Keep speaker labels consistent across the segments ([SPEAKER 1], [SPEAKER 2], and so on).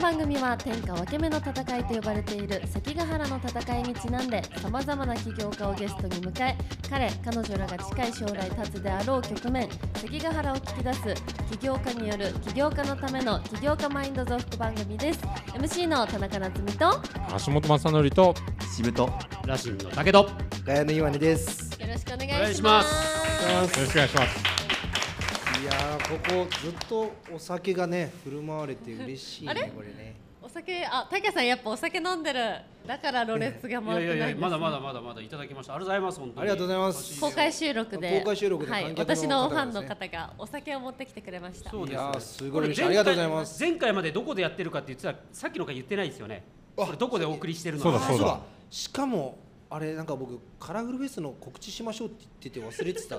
[SPEAKER 1] 番組は天下分け目の戦いと呼ばれている関ヶ原の戦いにちなんでさまざまな起業家をゲストに迎え彼彼女らが近い将来立つであろう局面関ヶ原を聞き出す起業家による起業家のための起業家マインド増幅番組です MC の田中夏実とよ
[SPEAKER 2] 橋本正則と
[SPEAKER 3] しぶと
[SPEAKER 4] ラシンの武と
[SPEAKER 3] ガヤの岩根です
[SPEAKER 1] ろしくお
[SPEAKER 4] お
[SPEAKER 1] 願
[SPEAKER 4] 願
[SPEAKER 1] い
[SPEAKER 4] い
[SPEAKER 1] し
[SPEAKER 4] し
[SPEAKER 1] ま
[SPEAKER 4] ますす
[SPEAKER 2] よろしくお願いします
[SPEAKER 3] いやーここずっとお酒がね振る舞われて嬉しい
[SPEAKER 1] あれ
[SPEAKER 3] ねこれね
[SPEAKER 1] お酒あたけさんやっぱお酒飲んでるだからろれつが
[SPEAKER 4] いや
[SPEAKER 1] 回
[SPEAKER 4] い
[SPEAKER 1] って
[SPEAKER 4] やい
[SPEAKER 1] ないんです、
[SPEAKER 4] やまだまだまだまだいただきましたありがとうございます本当に
[SPEAKER 3] ありがとうございます
[SPEAKER 1] 公開収録で
[SPEAKER 3] 公開収録で
[SPEAKER 1] はい
[SPEAKER 3] 観客の方がです
[SPEAKER 1] 私
[SPEAKER 3] ね
[SPEAKER 1] のファンの方がお酒を持ってきてくれました
[SPEAKER 4] そうです
[SPEAKER 3] いやーすごい
[SPEAKER 4] これ
[SPEAKER 3] 嬉しいありがとうございます
[SPEAKER 4] 前回前回までどこでやってるかって言ってたらさっきの回言ってないですよねこれどこでお送りしてるの
[SPEAKER 2] そうだ
[SPEAKER 3] あ
[SPEAKER 4] か
[SPEAKER 2] そうだ
[SPEAKER 3] しかもあれなんか僕カラフルフェスの告知しましょうって言ってて忘れて た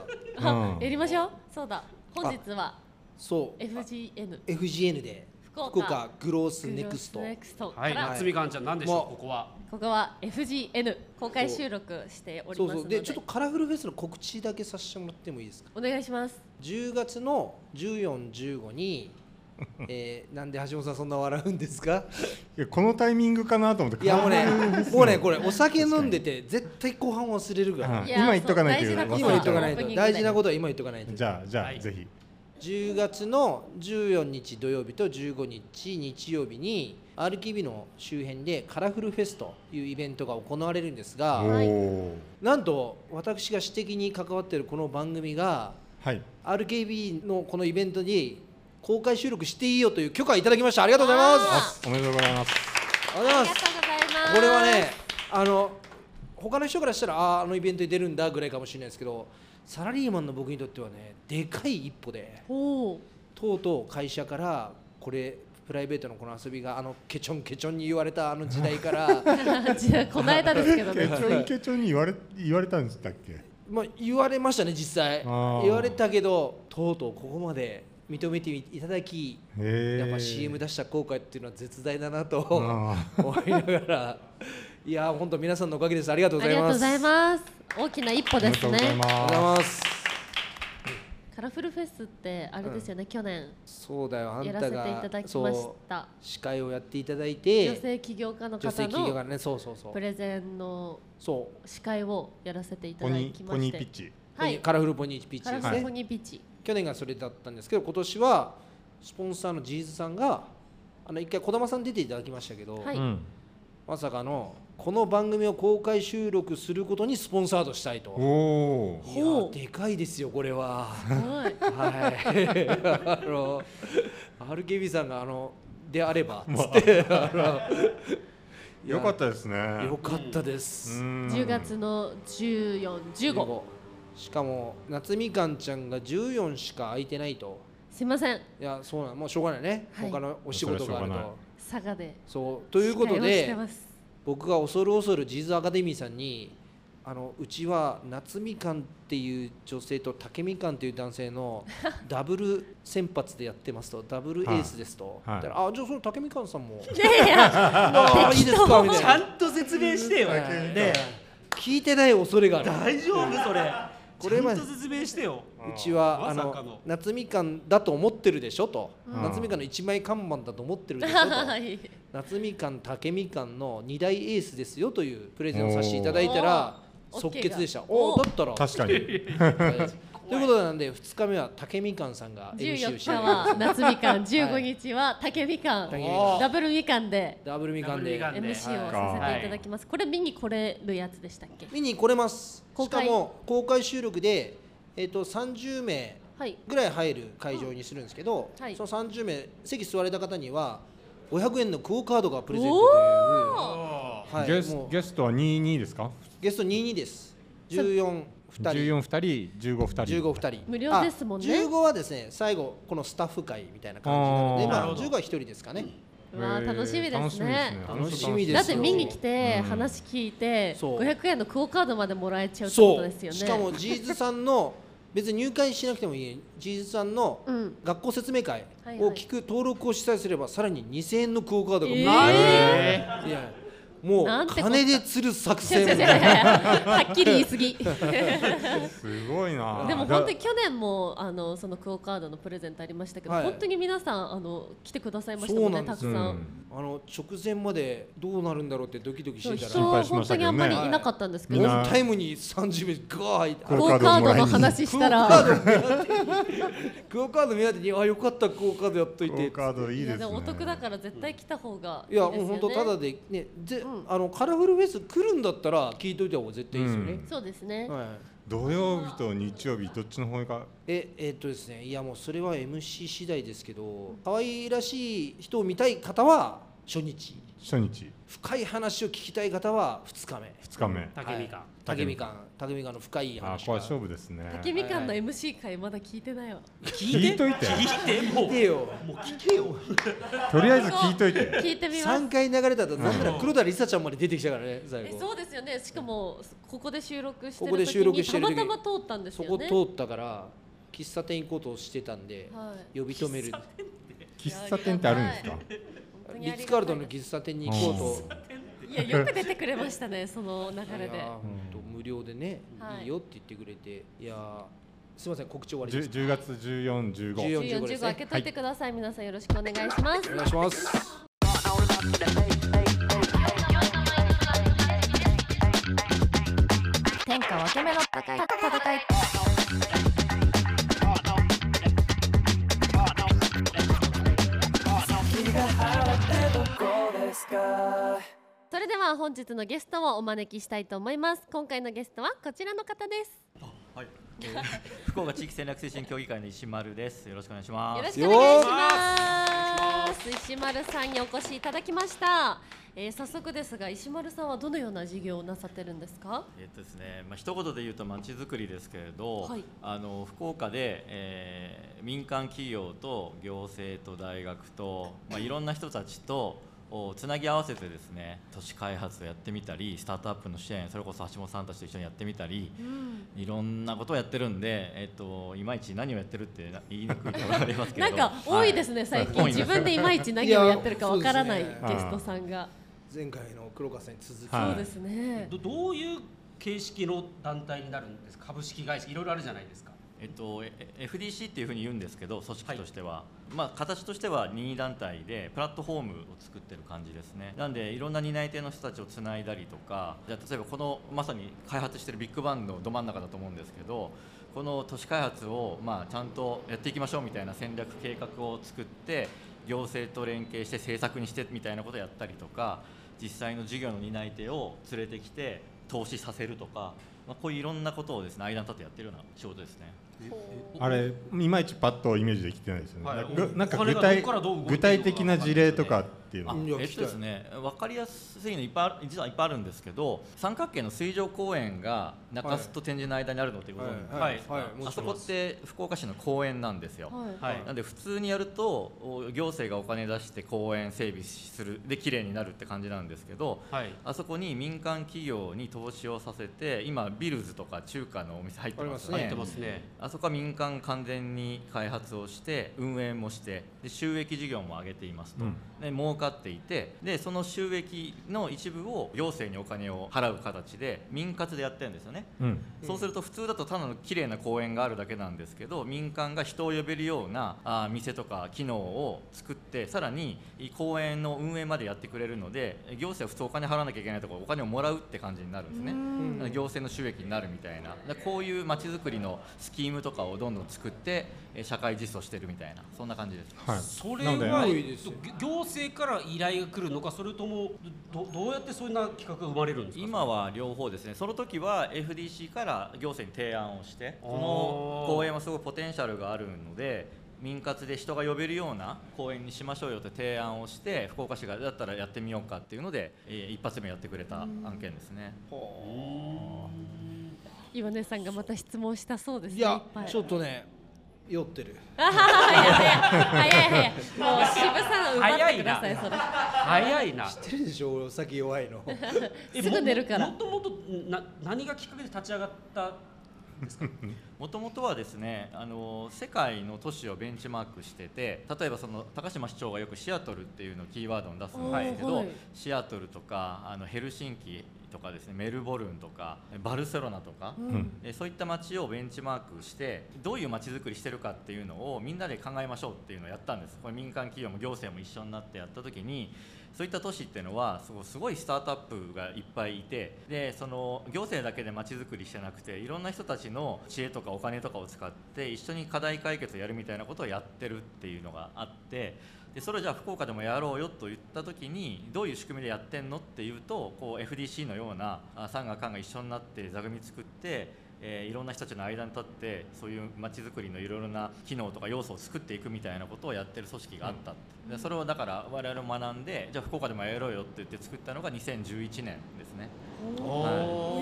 [SPEAKER 1] あ
[SPEAKER 2] うん
[SPEAKER 1] やりましょうそうだ本日は
[SPEAKER 3] そう
[SPEAKER 1] FGN
[SPEAKER 3] FGN で
[SPEAKER 1] 福岡
[SPEAKER 3] グロースネクスト
[SPEAKER 1] ネクストか
[SPEAKER 4] はい
[SPEAKER 1] ら、
[SPEAKER 4] 夏みかんちゃんなんでしょ
[SPEAKER 3] もう
[SPEAKER 4] うここは
[SPEAKER 1] ここは FGN 公開収録しており
[SPEAKER 3] そう
[SPEAKER 1] ます
[SPEAKER 3] そ
[SPEAKER 1] の
[SPEAKER 3] う
[SPEAKER 1] で
[SPEAKER 3] でちょっとカラフルフェスの告知だけさせてもらってもいいですか
[SPEAKER 1] お願いします
[SPEAKER 3] 10月の1415に えー、なんで橋本さんそんな笑うんですか
[SPEAKER 2] いやこのタイミングかなと思って
[SPEAKER 3] いやもうね、もうね、これお酒飲んでて、絶対後半忘れるか
[SPEAKER 2] うん
[SPEAKER 3] ら。
[SPEAKER 1] いや
[SPEAKER 2] 今言っとかないと
[SPEAKER 1] そう大事なこと
[SPEAKER 3] 今言っとかない
[SPEAKER 1] オープニング
[SPEAKER 3] と、
[SPEAKER 1] で
[SPEAKER 3] 大事なことは今言っとかないと。
[SPEAKER 2] じゃあじゃあ、
[SPEAKER 4] はい
[SPEAKER 2] ぜひ
[SPEAKER 3] 10月の14日土曜日と15日日曜日に、RKB の周辺でカラフルフェスというイベントが行われるんです
[SPEAKER 2] お
[SPEAKER 3] が、
[SPEAKER 1] はい
[SPEAKER 2] おー
[SPEAKER 3] なんと私が私的に関わっているこの番組が、
[SPEAKER 2] はい、
[SPEAKER 3] RKB のこのイベントに公開収録していいよという許可をいただきました。ありがとうございます。
[SPEAKER 1] わ
[SPEAKER 3] あ
[SPEAKER 1] あ
[SPEAKER 2] おめでとうございます
[SPEAKER 3] りがとうござい
[SPEAKER 1] あ
[SPEAKER 3] ま
[SPEAKER 1] り
[SPEAKER 3] す
[SPEAKER 1] がと。うございます
[SPEAKER 3] これはねあの他の人からしたらあーあのイベントに出るんだぐらいかもしれないですけどサラリーマンの僕にとってはねでかい一歩で
[SPEAKER 1] おー
[SPEAKER 3] とうとう会社からこれプライベートのこの遊びがあのケチョンケチョンに言われたあの時代から
[SPEAKER 1] じゃあこの間ですけど
[SPEAKER 2] ケチ
[SPEAKER 1] ね
[SPEAKER 2] ョンケチョンに言われ言われたんだっけ
[SPEAKER 3] まあ言われましたね実際
[SPEAKER 2] あー
[SPEAKER 3] 言われたけどとうとうここまで認めていただき
[SPEAKER 2] へえ
[SPEAKER 3] やっぱ CM 出した効果っていうのは絶大だなと
[SPEAKER 2] あ
[SPEAKER 3] 思いながらいやー本当皆さんのおかげですありがとう
[SPEAKER 1] あ
[SPEAKER 3] ござ
[SPEAKER 1] り
[SPEAKER 3] い
[SPEAKER 1] がとうご
[SPEAKER 3] ます
[SPEAKER 1] ざいます大きな一歩
[SPEAKER 2] おめ
[SPEAKER 1] で
[SPEAKER 2] でと
[SPEAKER 1] す
[SPEAKER 2] うござ
[SPEAKER 1] ね
[SPEAKER 2] い
[SPEAKER 3] ありがとうご
[SPEAKER 2] ま
[SPEAKER 3] ざいます
[SPEAKER 1] カラフルフェスってあれですよね、去年
[SPEAKER 3] そうだよあん
[SPEAKER 1] やら
[SPEAKER 3] た
[SPEAKER 1] せていた
[SPEAKER 3] が
[SPEAKER 1] だきまし
[SPEAKER 3] そ
[SPEAKER 1] た
[SPEAKER 3] う司会をやっていただい
[SPEAKER 1] 女
[SPEAKER 3] て
[SPEAKER 1] 性起業家の
[SPEAKER 3] 女性
[SPEAKER 1] 方
[SPEAKER 3] 企業
[SPEAKER 1] の
[SPEAKER 3] がねそうそうそう
[SPEAKER 1] プレゼンの
[SPEAKER 3] そ
[SPEAKER 1] 司会をやらせていうた
[SPEAKER 2] ポ
[SPEAKER 1] だ
[SPEAKER 2] ニ
[SPEAKER 1] き
[SPEAKER 2] ー
[SPEAKER 1] ま
[SPEAKER 2] ポ
[SPEAKER 1] し
[SPEAKER 2] ニーピ
[SPEAKER 1] て
[SPEAKER 2] ッチ
[SPEAKER 3] う、
[SPEAKER 1] はい
[SPEAKER 3] カラフルポニーピッチ
[SPEAKER 1] カラ
[SPEAKER 3] で
[SPEAKER 1] フ
[SPEAKER 3] す
[SPEAKER 1] ル
[SPEAKER 3] ね、
[SPEAKER 1] ポニーピッチ
[SPEAKER 3] 去年がそれだったんですけど今年はスポンサーのジーズさんがあの一回児玉さん出ていただきましたけど、
[SPEAKER 1] はい
[SPEAKER 2] うん
[SPEAKER 3] まさかのこの番組を公開収録することにスポンサードしたい
[SPEAKER 2] お
[SPEAKER 3] と
[SPEAKER 2] お
[SPEAKER 3] いや
[SPEAKER 1] ほう
[SPEAKER 3] でかいですよこれは
[SPEAKER 1] すご い
[SPEAKER 3] はいあの RKB さんがあのであればっつって、 あのいや
[SPEAKER 2] よかったですね
[SPEAKER 3] よかったです、
[SPEAKER 2] うん
[SPEAKER 1] 10月の14、15
[SPEAKER 3] しかも夏みかんちゃんが14しか空いてないと
[SPEAKER 1] すいません
[SPEAKER 3] いやそうなんもうしょうがないね、
[SPEAKER 1] はい
[SPEAKER 3] 他のお仕事がある
[SPEAKER 2] それはしょうがない
[SPEAKER 3] と
[SPEAKER 1] 佐賀で
[SPEAKER 3] そうということ
[SPEAKER 1] 司会をして
[SPEAKER 3] で
[SPEAKER 1] ます
[SPEAKER 3] 僕が恐る恐るジーズアカデミーさんにあのうちは夏みかんっていう女性と竹みかんっていう男性 のダブル先発でやってますとダブルエースですと、
[SPEAKER 2] はいはい
[SPEAKER 3] だからあじゃあその竹みかんさんも
[SPEAKER 1] いや いや
[SPEAKER 3] あいいですかみたい
[SPEAKER 4] ちゃ
[SPEAKER 3] なん
[SPEAKER 4] と説明してよ
[SPEAKER 3] はい
[SPEAKER 4] ね
[SPEAKER 3] 聞いてない恐れがある
[SPEAKER 4] 大丈夫それ
[SPEAKER 3] これ
[SPEAKER 4] ちゃ
[SPEAKER 3] ま
[SPEAKER 4] ん
[SPEAKER 3] で
[SPEAKER 4] と説明してよ
[SPEAKER 3] うちは
[SPEAKER 4] ま
[SPEAKER 3] あ
[SPEAKER 4] さ
[SPEAKER 3] の
[SPEAKER 4] かの
[SPEAKER 3] 夏みかんだと思ってるでしょと、
[SPEAKER 2] うん
[SPEAKER 3] 夏みかんの一枚看板だと思って るでしょと
[SPEAKER 1] はい
[SPEAKER 3] 夏みかん竹みかんの二大エースですよというプレゼンをさせていただいたら
[SPEAKER 1] おー
[SPEAKER 3] 即決でした
[SPEAKER 1] OK が
[SPEAKER 3] お
[SPEAKER 1] お
[SPEAKER 3] お
[SPEAKER 1] ー
[SPEAKER 3] だったら
[SPEAKER 2] 確かに
[SPEAKER 3] はい ということなんで2日目は竹みかんさんが MC
[SPEAKER 1] 14日
[SPEAKER 3] をしてくれま
[SPEAKER 1] は
[SPEAKER 3] す
[SPEAKER 1] 夏みかん、15日は竹みかん
[SPEAKER 3] 竹み
[SPEAKER 4] かん
[SPEAKER 1] ダブルみかんで
[SPEAKER 3] ダブルみかんで
[SPEAKER 4] ダブルみかんで
[SPEAKER 1] MC をさせていただきますこれ見に来れるやつでしたっけ
[SPEAKER 3] 見に来れます
[SPEAKER 1] 公
[SPEAKER 3] し
[SPEAKER 1] 開
[SPEAKER 3] かも公開収録で、えっと30名
[SPEAKER 1] はい
[SPEAKER 3] ぐらい入る会場にするんですけど、
[SPEAKER 1] うんはい
[SPEAKER 3] その30名席座れた方には500円のクオ・カードがプレゼントという
[SPEAKER 1] お
[SPEAKER 3] はい、
[SPEAKER 2] ゲス
[SPEAKER 3] もう
[SPEAKER 2] ゲス トは22ですか
[SPEAKER 3] ゲスト22です14二人
[SPEAKER 2] 14二人15二人
[SPEAKER 3] 15二人
[SPEAKER 1] 無料ですもんね
[SPEAKER 3] あ15はですね最後このスタッフ会みたいな感じなので
[SPEAKER 2] あー
[SPEAKER 3] ま
[SPEAKER 4] なるほ
[SPEAKER 3] あ
[SPEAKER 4] ど
[SPEAKER 3] 15は一人ですかね
[SPEAKER 1] うわー
[SPEAKER 2] へー
[SPEAKER 1] 楽しみですね
[SPEAKER 3] 楽しみですね
[SPEAKER 1] だって見に来て
[SPEAKER 2] うん
[SPEAKER 1] 話聞いて
[SPEAKER 3] そう
[SPEAKER 1] 500円のクオカードまでもらえちゃうってこと
[SPEAKER 3] そ
[SPEAKER 1] ですよ
[SPEAKER 3] う
[SPEAKER 1] ね
[SPEAKER 3] しかもジーズさんの別に入会しなくてもいいジーズさんの
[SPEAKER 1] うん
[SPEAKER 3] 学校説明会
[SPEAKER 1] はいはい
[SPEAKER 3] を聞く登録を主催すればさらに2000円のクオカードがもらえる
[SPEAKER 1] え
[SPEAKER 4] え
[SPEAKER 3] いやも
[SPEAKER 1] な
[SPEAKER 3] うん
[SPEAKER 1] てこった
[SPEAKER 3] 金で釣る作
[SPEAKER 1] 違う違う違う
[SPEAKER 3] 戦
[SPEAKER 1] いやいや はっきり言い過 ぎ
[SPEAKER 2] すごいな
[SPEAKER 1] でも本当に去年もあのそのクオ・カードのプレゼントありましたけど、
[SPEAKER 3] はい
[SPEAKER 1] 本当に皆さんあの来てくださいましたもん
[SPEAKER 3] そう
[SPEAKER 1] ね
[SPEAKER 3] なん
[SPEAKER 1] た
[SPEAKER 3] で
[SPEAKER 1] く
[SPEAKER 3] す
[SPEAKER 1] さん。
[SPEAKER 3] あの直前までどうなるんだろうってドキドキ
[SPEAKER 1] そう
[SPEAKER 3] して
[SPEAKER 1] 人
[SPEAKER 3] た
[SPEAKER 2] 心
[SPEAKER 3] ら
[SPEAKER 2] 配しま
[SPEAKER 1] 本
[SPEAKER 2] し
[SPEAKER 1] 当
[SPEAKER 2] たけ
[SPEAKER 1] に
[SPEAKER 2] ど
[SPEAKER 1] あん
[SPEAKER 2] ね
[SPEAKER 1] まりいなかったんですけ
[SPEAKER 2] み
[SPEAKER 1] ど、
[SPEAKER 2] ん
[SPEAKER 3] オ
[SPEAKER 2] な
[SPEAKER 1] ク
[SPEAKER 3] ンタイムに30名ガー入って
[SPEAKER 2] こ
[SPEAKER 1] オ・カードの話したら
[SPEAKER 3] クオカード目当てにクオカード目当てにあよかったクオカードやっとい
[SPEAKER 2] ク
[SPEAKER 3] て
[SPEAKER 2] オカードいい
[SPEAKER 1] い
[SPEAKER 2] で
[SPEAKER 1] や
[SPEAKER 2] すね
[SPEAKER 1] でもお得だから絶対来た方がいいです
[SPEAKER 3] いや
[SPEAKER 1] よ、ね、
[SPEAKER 3] もう本当ただでねぜ、
[SPEAKER 1] うん
[SPEAKER 3] あのカラフルフェス来るんだったら聞いといた方が絶対いいですよね、
[SPEAKER 1] そうですね、
[SPEAKER 3] はい、
[SPEAKER 2] 土曜日と日曜日どっちの方が
[SPEAKER 3] ええっとですねいやもうそれは MC 次第ですけど可愛らしい人を見たい方は初日
[SPEAKER 2] 初日
[SPEAKER 3] 深い話を聞きたい方は2日目
[SPEAKER 2] 2日目
[SPEAKER 4] 竹みかん
[SPEAKER 3] 竹みかん竹みかんの深い
[SPEAKER 2] あ
[SPEAKER 3] 話
[SPEAKER 2] これ勝負ですね
[SPEAKER 1] 竹みかんの MC 回まだ聞いてないわ
[SPEAKER 2] 聞いといて
[SPEAKER 4] 聞いても
[SPEAKER 3] 見て
[SPEAKER 4] う
[SPEAKER 3] よ
[SPEAKER 4] もう聞けよ
[SPEAKER 2] とりあえず聞いといて
[SPEAKER 1] 聞いてみます
[SPEAKER 3] 3回流れたらなんなら黒田梨沙ちゃんまで出てきたからね最
[SPEAKER 1] え
[SPEAKER 3] 後
[SPEAKER 1] そうですよねしかもここで収録して
[SPEAKER 3] ここ
[SPEAKER 1] る
[SPEAKER 3] で収
[SPEAKER 1] 時
[SPEAKER 3] 録
[SPEAKER 1] に
[SPEAKER 3] して
[SPEAKER 1] た
[SPEAKER 3] る時
[SPEAKER 1] ま
[SPEAKER 3] に
[SPEAKER 1] たま通ったんです
[SPEAKER 3] そ
[SPEAKER 1] よ
[SPEAKER 3] こ
[SPEAKER 1] ね
[SPEAKER 3] 通ったから喫茶店行こうとしてたんで
[SPEAKER 1] はい
[SPEAKER 3] 呼び止める
[SPEAKER 2] 喫茶店ってあるんですか
[SPEAKER 1] 本当に
[SPEAKER 3] リ
[SPEAKER 1] あ
[SPEAKER 3] ッ
[SPEAKER 1] り
[SPEAKER 3] ツ・
[SPEAKER 1] がた
[SPEAKER 3] カール
[SPEAKER 1] い
[SPEAKER 3] ドンの喫茶店に行こうと
[SPEAKER 1] いやよく出てくれましたねその流れ
[SPEAKER 3] い
[SPEAKER 1] で
[SPEAKER 3] やーほんと無料でね、
[SPEAKER 1] はい
[SPEAKER 3] い、いよって言ってくれていやーすみません告知終わりです
[SPEAKER 2] 10 10月1415
[SPEAKER 3] 14
[SPEAKER 1] 14
[SPEAKER 3] 15
[SPEAKER 1] 15
[SPEAKER 3] です
[SPEAKER 1] 開
[SPEAKER 3] ね
[SPEAKER 1] けといてください、皆さんよろしくお願いします
[SPEAKER 3] お願いします
[SPEAKER 1] 天下分け目の戦い戦いそれでは本日のゲストをお招きしたいと思います今回のゲストはこちらの方です
[SPEAKER 5] はい、えー福岡地域戦略推進協議会の石丸です。よろしくお願いします。
[SPEAKER 1] よろしく
[SPEAKER 3] す
[SPEAKER 1] お願いします。石丸さんにお越しいただきました。えー、早速ですが、石丸さんはどのような事業をなさってるんですか。
[SPEAKER 5] えっとですね、まあ一言で言うとまちづくりですけれど、
[SPEAKER 1] はい
[SPEAKER 5] あの福岡で、えー民間企業と行政と大学とまあいろんな人たちとおつなぎ合わせてですね、都市開発をやってみたり、スタートアップの支援、それこそ橋本さんたちと一緒にやってみたり。いろんなことをやってるんで、えっと、いまいち何をやってるってな言いにくいところがあります け
[SPEAKER 1] な
[SPEAKER 5] れ
[SPEAKER 1] ん
[SPEAKER 5] ど
[SPEAKER 1] か多いですね、最近
[SPEAKER 5] 多いん
[SPEAKER 1] 自
[SPEAKER 5] です
[SPEAKER 1] 分でいまいち何をやってるかわからない
[SPEAKER 3] い
[SPEAKER 1] ゲ
[SPEAKER 3] やそう
[SPEAKER 2] ですね
[SPEAKER 1] ストさんが。
[SPEAKER 3] 前回の黒川さんに続き、
[SPEAKER 2] はい
[SPEAKER 1] そうですね。
[SPEAKER 4] どどういう形式の団体になるんですか株式会社いろいろあるじゃないですか
[SPEAKER 5] えっと、ええ FDC っていうふうに言うんですけど組織としては、まあ、形としては任意団体でプラットフォームを作ってる感じですねなんでいろんな担い手の人たちをつないだりとかじゃあ例えばこのまさに開発してるビッグバンのど真ん中だと思うんですけどこの都市開発を、まあ、ちゃんとやっていきましょうみたいな戦略計画を作って行政と連携して政策にしてみたいなことをやったりとか実際の事業の担い手を連れてきて投資させるとか、まあ、こういういろんなことをですね間に立ってやってるような仕事ですね。
[SPEAKER 2] あれいまいちパッとイメージできてないですよね、
[SPEAKER 4] はい
[SPEAKER 2] ぐなんか
[SPEAKER 4] お
[SPEAKER 2] 具
[SPEAKER 4] 金がど
[SPEAKER 2] 体
[SPEAKER 4] こからどう動いてる
[SPEAKER 2] 具
[SPEAKER 4] のか
[SPEAKER 2] 体的な事例とかっていうの
[SPEAKER 5] あ
[SPEAKER 2] は
[SPEAKER 3] うんいや
[SPEAKER 5] えっとですね、分かりやすいのいっぱいある実はいっぱいあるんですけど三角形の水上公園が中洲と天神の間にあるのってご存知ですか、
[SPEAKER 4] はい
[SPEAKER 3] はいもちろんです
[SPEAKER 5] あそこって福岡市の公園なんですよ、
[SPEAKER 1] はい。
[SPEAKER 4] はい
[SPEAKER 5] なんで普通にやるとお行政がお金出して公園整備するで綺麗になるって感じなんですけど
[SPEAKER 4] はい
[SPEAKER 5] あそこに民間企業に投資をさせて今ビルズとか中華のお店入ってます
[SPEAKER 3] あり
[SPEAKER 5] ね
[SPEAKER 4] 入ってますね
[SPEAKER 5] あそこは民間完全に開発をして運営もしてで収益事業も上げていますと、
[SPEAKER 2] うん
[SPEAKER 5] で儲かっていてでその収益の一部を行政にお金を払う形で民活でやってるんですよね。
[SPEAKER 2] うん
[SPEAKER 5] そうすると普通だとただの綺麗な公園があるだけなんですけど民間が人を呼べるようなあー店とか機能を作ってさらに公園の運営までやってくれるので行政は普通お金払わなきゃいけないところお金をもらうって感じになるんですね。
[SPEAKER 3] うん
[SPEAKER 5] 行政の収益になるみたいなでこういうまちづくりのスキームとかをどんどん作ってえー社会実装してるみたいなそんな感じです。
[SPEAKER 2] はい、
[SPEAKER 4] それ
[SPEAKER 2] なので
[SPEAKER 4] は
[SPEAKER 3] 多
[SPEAKER 4] え
[SPEAKER 3] い
[SPEAKER 4] っ
[SPEAKER 3] です
[SPEAKER 4] と
[SPEAKER 3] よ
[SPEAKER 4] 行政から依頼が来るのかそれともどどうやってそんな企画が生まれるんですか
[SPEAKER 5] 今は両方ですねその時は FDC から行政に提案をして
[SPEAKER 4] あー
[SPEAKER 5] この公園はすごいポテンシャルがあるので民活で人が呼べるような公園にしましょうよって提案をして福岡市がだったらやってみようかっていうので、えー一発目やってくれた案件ですね。
[SPEAKER 1] 岩根さんがまた質問したそうですね。
[SPEAKER 3] いや
[SPEAKER 1] ぱ
[SPEAKER 3] ちょっとね酔ってる
[SPEAKER 1] あはは早い早い早い。もう渋さん奪ってください
[SPEAKER 4] 早
[SPEAKER 1] それ。
[SPEAKER 4] 早いな
[SPEAKER 3] 知ってるでしょ俺お酒 弱いの
[SPEAKER 4] え
[SPEAKER 1] すぐ寝るから
[SPEAKER 4] ももともとな何がきっかけで立ち上がったですか
[SPEAKER 5] もともとはですねあの世界の都市をベンチマークしてて例えばその高島市長がよくシアトルっていうのをキーワードに出すんですけど、
[SPEAKER 1] はいはい
[SPEAKER 5] シアトルとかあのヘルシンキとかですねメルボルンとかバルセロナとか、
[SPEAKER 1] うん
[SPEAKER 5] えーそういった街をベンチマークしてどういう街づくりしてるかっていうのをみんなで考えましょうっていうのをやったんですこれ民間企業も行政も一緒になってやった時にそういった都市っていうのはすごいすごいスタートアップがいっぱいいてでその行政だけで街づくりしてなくていろんな人たちの知恵とかお金とかを使って一緒に課題解決をやるみたいなことをやってるっていうのがあってでそれをじゃあ福岡でもやろうよと言った時にどういう仕組みでやってんのっていうとこう FDC のようなあ産が官が一緒になって座組作って、えーいろんな人たちの間に立ってそういうまちづくりのいろいろな機能とか要素を作っていくみたいなことをやってる組織があったって、でそれをだから我々も学んでじゃあ福岡でもやろうよって言って作ったのが2011年ですね
[SPEAKER 1] おー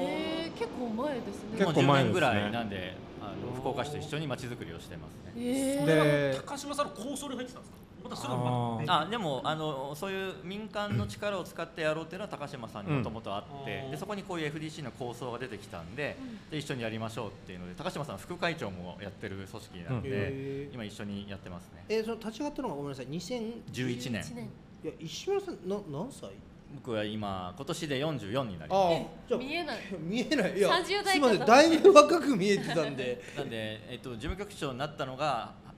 [SPEAKER 1] えー、結構前ですね
[SPEAKER 2] 結構
[SPEAKER 5] もう10
[SPEAKER 2] 前ですね
[SPEAKER 5] 年ぐらいなんであの福岡市と一緒にまちづくりをしてますね
[SPEAKER 1] えー、
[SPEAKER 2] で
[SPEAKER 4] 高島さんの構想に入ってたんですかまたそれ
[SPEAKER 2] あ
[SPEAKER 4] も
[SPEAKER 2] ー
[SPEAKER 4] 別
[SPEAKER 5] あでもあのそういう民間の力を使ってやろうっていうのは高島さんにもともとあって、
[SPEAKER 4] うん
[SPEAKER 5] でそこにこういう FDC の構想が出てきたんで,、で一緒にやりましょうっていうので高島さんは副会長もやってる組織なんで、
[SPEAKER 3] え
[SPEAKER 5] 今一緒にやってますね
[SPEAKER 3] えーその立ち上がったのがごめんなさい2000
[SPEAKER 5] 11年
[SPEAKER 1] 11年
[SPEAKER 3] いや石村さんな何歳
[SPEAKER 5] 僕は今今年で44になりま
[SPEAKER 3] あ
[SPEAKER 1] え見えない
[SPEAKER 3] いや見えないいや
[SPEAKER 1] 30代かと
[SPEAKER 3] すいませんだいぶ若く見えてたんで
[SPEAKER 5] すなんで、えっと、事務局長になったのが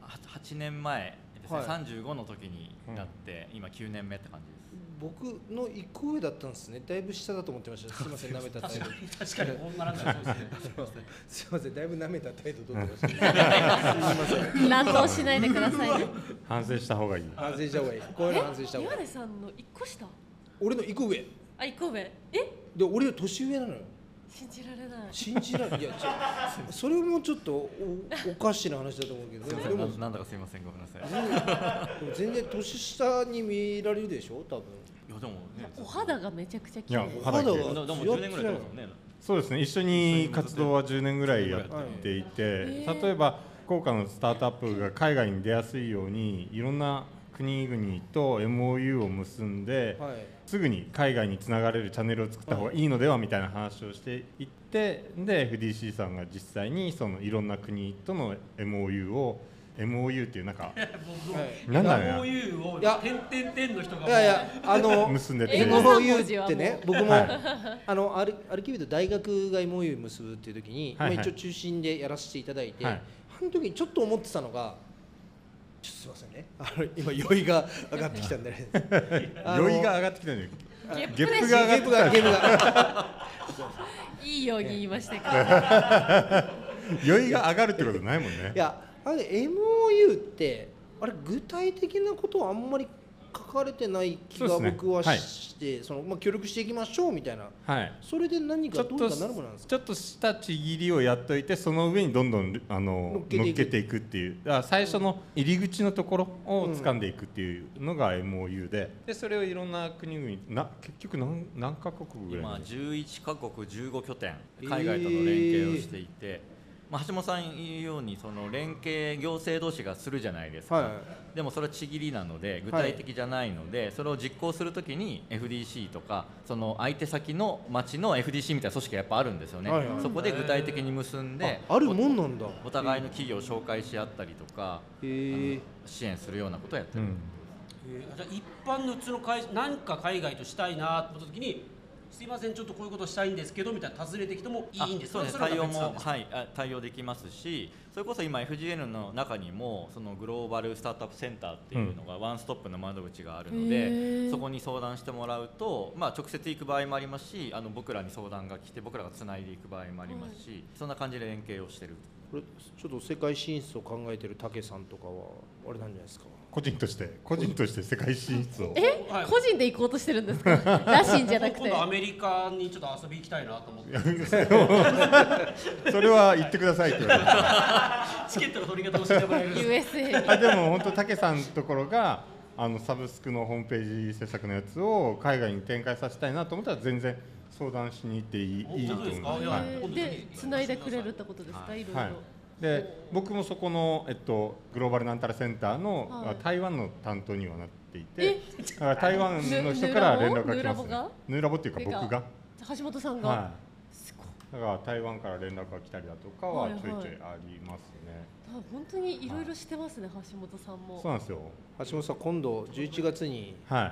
[SPEAKER 5] は8年前ですね、
[SPEAKER 3] はい
[SPEAKER 5] 35の時になって、今9年目って感じです
[SPEAKER 3] 僕の一個上だったんですねだいぶ下だと思ってましたすいません舐めた態度
[SPEAKER 4] に確かに女なんかそうですね
[SPEAKER 3] すいませんだいぶ舐めた態度取ってましたすいません
[SPEAKER 1] 乱闘しないでくださ いね
[SPEAKER 2] 反省した方がいい
[SPEAKER 3] 反省した方がいいこういうの反省した
[SPEAKER 1] え
[SPEAKER 3] 方が
[SPEAKER 1] 岩
[SPEAKER 3] いい
[SPEAKER 1] 根さんの一個下
[SPEAKER 3] 俺の一個上
[SPEAKER 1] あ一個上え
[SPEAKER 3] で俺より年上なのよ
[SPEAKER 1] 信じられない
[SPEAKER 3] 信じられないいやちょそれもちょっとおおかしな話だと思うけど
[SPEAKER 5] すいませ
[SPEAKER 3] で
[SPEAKER 5] ん
[SPEAKER 3] も
[SPEAKER 5] な
[SPEAKER 3] で
[SPEAKER 5] んなんだかすいませんごめんなさいい
[SPEAKER 3] も全然年下に見られるでしょ多分
[SPEAKER 5] やでもね
[SPEAKER 1] お肌がめちゃくちゃ綺
[SPEAKER 2] いや
[SPEAKER 1] 麗
[SPEAKER 2] 肌
[SPEAKER 3] 肌
[SPEAKER 2] 綺
[SPEAKER 3] が
[SPEAKER 2] 麗
[SPEAKER 5] でもでも10年ぐらいやってますもんね
[SPEAKER 2] そうですね一緒に活動は10年ぐらいやっていて
[SPEAKER 1] はい
[SPEAKER 2] 例えば福岡のスタートアップが海外に出やすいようにいろんな国々と MOU を結んで
[SPEAKER 3] はい
[SPEAKER 2] すぐに海外につながれるチャンネルを作った方がいいのではみたいな話をしていってで FDC さんが実際にそのいろんな国との MOU を MOU っていうなんか
[SPEAKER 3] はい
[SPEAKER 2] なんだろう
[SPEAKER 4] こ
[SPEAKER 2] な
[SPEAKER 4] ういうを
[SPEAKER 3] いや
[SPEAKER 4] 点々点の人がもう
[SPEAKER 3] いやいやあの
[SPEAKER 2] 結んでて
[SPEAKER 1] 英語
[SPEAKER 3] MOU ってね僕 も、
[SPEAKER 2] はい
[SPEAKER 3] あのアルアルキビド大学が MOU 結ぶっていう時に、
[SPEAKER 2] はいはい
[SPEAKER 3] まあ、一応中心でやらせていただいて、
[SPEAKER 2] はい
[SPEAKER 3] あの時にちょっと思ってたのがちょっとすいませんねあの今酔いが上がってきたんでね あの
[SPEAKER 2] 酔いが上がってきたんじゃ
[SPEAKER 1] ゲ
[SPEAKER 2] ない
[SPEAKER 1] ッ
[SPEAKER 2] ゲ
[SPEAKER 1] プ
[SPEAKER 2] ッ
[SPEAKER 1] で
[SPEAKER 2] プ
[SPEAKER 1] す
[SPEAKER 2] が上
[SPEAKER 3] ゲ
[SPEAKER 2] がってき
[SPEAKER 3] ーム
[SPEAKER 2] た
[SPEAKER 3] がゲームが
[SPEAKER 1] いいように言いましたけど
[SPEAKER 2] 酔いが上がるってことないもんね
[SPEAKER 3] い。やあれ MOU ってあれ具体的なことはあんまり書かれてない気
[SPEAKER 2] そ
[SPEAKER 3] が
[SPEAKER 2] うですね
[SPEAKER 3] 僕は
[SPEAKER 2] はい
[SPEAKER 3] して、そのまあ、協力していきましょうみたいな
[SPEAKER 2] はい。
[SPEAKER 3] それで何
[SPEAKER 2] ちょ
[SPEAKER 3] か
[SPEAKER 2] っ
[SPEAKER 3] どう
[SPEAKER 2] と
[SPEAKER 3] にかなるものなんですか
[SPEAKER 2] ちょっとしたちぎりをやっといてその上にどんどんあの乗
[SPEAKER 3] 乗っ
[SPEAKER 2] っけ
[SPEAKER 3] けて
[SPEAKER 2] ていくっていうだから最初の入り口のところを掴んでいくっていうのが MOU ででそれをいろんな国々な結局何何カ国ぐらい
[SPEAKER 5] 今
[SPEAKER 2] なんですか
[SPEAKER 5] 11カ国15拠点
[SPEAKER 3] えー
[SPEAKER 5] 海外との連携をしていて、まあ、橋本さん言うようにその連携行政同士がするじゃないですか、
[SPEAKER 3] は
[SPEAKER 5] でもそれはちぎりなので具体的じゃないので、それを実行するときに FDC とかその相手先の町の FDC みたいな組織がやっぱあるんですよね、
[SPEAKER 3] はいはい
[SPEAKER 5] そこで具体的に結んで
[SPEAKER 3] ああるもんなんだ
[SPEAKER 5] おお互いの企業を紹介し合ったりとか
[SPEAKER 3] へえ
[SPEAKER 5] 支援するようなことをやって
[SPEAKER 2] う
[SPEAKER 5] る、
[SPEAKER 2] ん
[SPEAKER 4] えーじゃあ一般のうちの会社なんか海外としたいなと思った時にすいませんちょっとこういうことしたいんですけどみたいな尋ねてきてもいいんですか
[SPEAKER 5] あそうです
[SPEAKER 4] れは
[SPEAKER 5] 対応
[SPEAKER 4] 別なん
[SPEAKER 5] も
[SPEAKER 4] ですか
[SPEAKER 5] はいあ対応できますしそれこそ今 FGN の中にもそのグローバルスタートアップセンターっていうのがワンストップの窓口があるの
[SPEAKER 1] へ
[SPEAKER 5] で、
[SPEAKER 1] ー
[SPEAKER 5] そこに相談してもらうとまあ直接行く場合もありますしあの僕らに相談が来て僕らがつないでいく場合もありますし、そんな感じで連携をしてる
[SPEAKER 3] これちょっと世界進出を考えてる武さんとかはあれなんじゃないですか
[SPEAKER 2] 個人として個人として世界進出を
[SPEAKER 1] え
[SPEAKER 4] はい
[SPEAKER 1] 個人で行こうとしてるんですからしいんじゃなく
[SPEAKER 4] 今
[SPEAKER 1] て
[SPEAKER 4] 度アメリカにちょっと遊び行きたいなと思って
[SPEAKER 2] それは言ってくださいって言われて
[SPEAKER 4] チケットの取り方教えてもらえる
[SPEAKER 1] USA に
[SPEAKER 2] あでも本当武さんのところがあのサブスクのホームページ制作のやつを海外に展開させたいなと思ったら全然相談しに行っていいいいと思います。
[SPEAKER 4] 本当ですか
[SPEAKER 2] はい
[SPEAKER 4] いや
[SPEAKER 1] で繋いでくれるってことですかいろいろ
[SPEAKER 2] はい、で僕もそこの、えっと、グローバルなんたらセンターの、
[SPEAKER 1] はい
[SPEAKER 2] 台湾の担当にはなっていてだから台湾の人から連絡が来ます、
[SPEAKER 1] ヌーラボが
[SPEAKER 2] ね、ヌーラボっていうか僕が
[SPEAKER 1] じゃあ橋本さんが
[SPEAKER 2] は
[SPEAKER 1] すごい
[SPEAKER 2] だから台湾から連絡が来たりだとか
[SPEAKER 1] は
[SPEAKER 2] はい
[SPEAKER 1] はい
[SPEAKER 2] ちょいちょいありますね、
[SPEAKER 1] あ本当にいろいろしてますね、橋本さんも
[SPEAKER 2] そうなんですよ
[SPEAKER 3] 橋本さん今度11月に
[SPEAKER 2] はい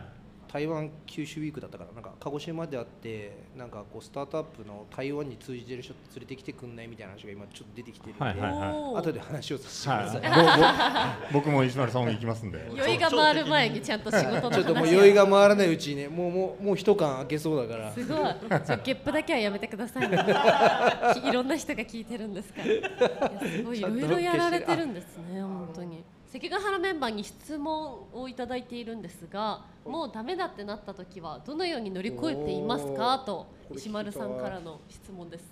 [SPEAKER 3] 台湾九州ウィークだったからなんか鹿児島であってなんかこうスタートアップの台湾に通じてる人連れてきてくんないみたいな話が今ちょっと出てきてるんで、
[SPEAKER 2] はいはい
[SPEAKER 1] おー
[SPEAKER 3] 後で話をさせてください、
[SPEAKER 2] はい、ぼぼ僕も石丸さんも行きますんで。
[SPEAKER 1] 酔いが回る前にちゃんと仕事の話
[SPEAKER 3] ちょっともう酔いが回らないうちにねもうもうもう一缶開けそうだから
[SPEAKER 1] すごいちょゲップだけはやめてください ねきいろんな人が聞いてるんですからいやすごいい
[SPEAKER 3] ちゃん
[SPEAKER 1] ろ
[SPEAKER 3] と
[SPEAKER 1] いろやられてるんですね本当に関ヶ原メンバーに質問をいただいているんですがもうダメだってなった時はどのように乗り越えていますかと
[SPEAKER 3] これ聞いた
[SPEAKER 1] 石丸さんからの質問です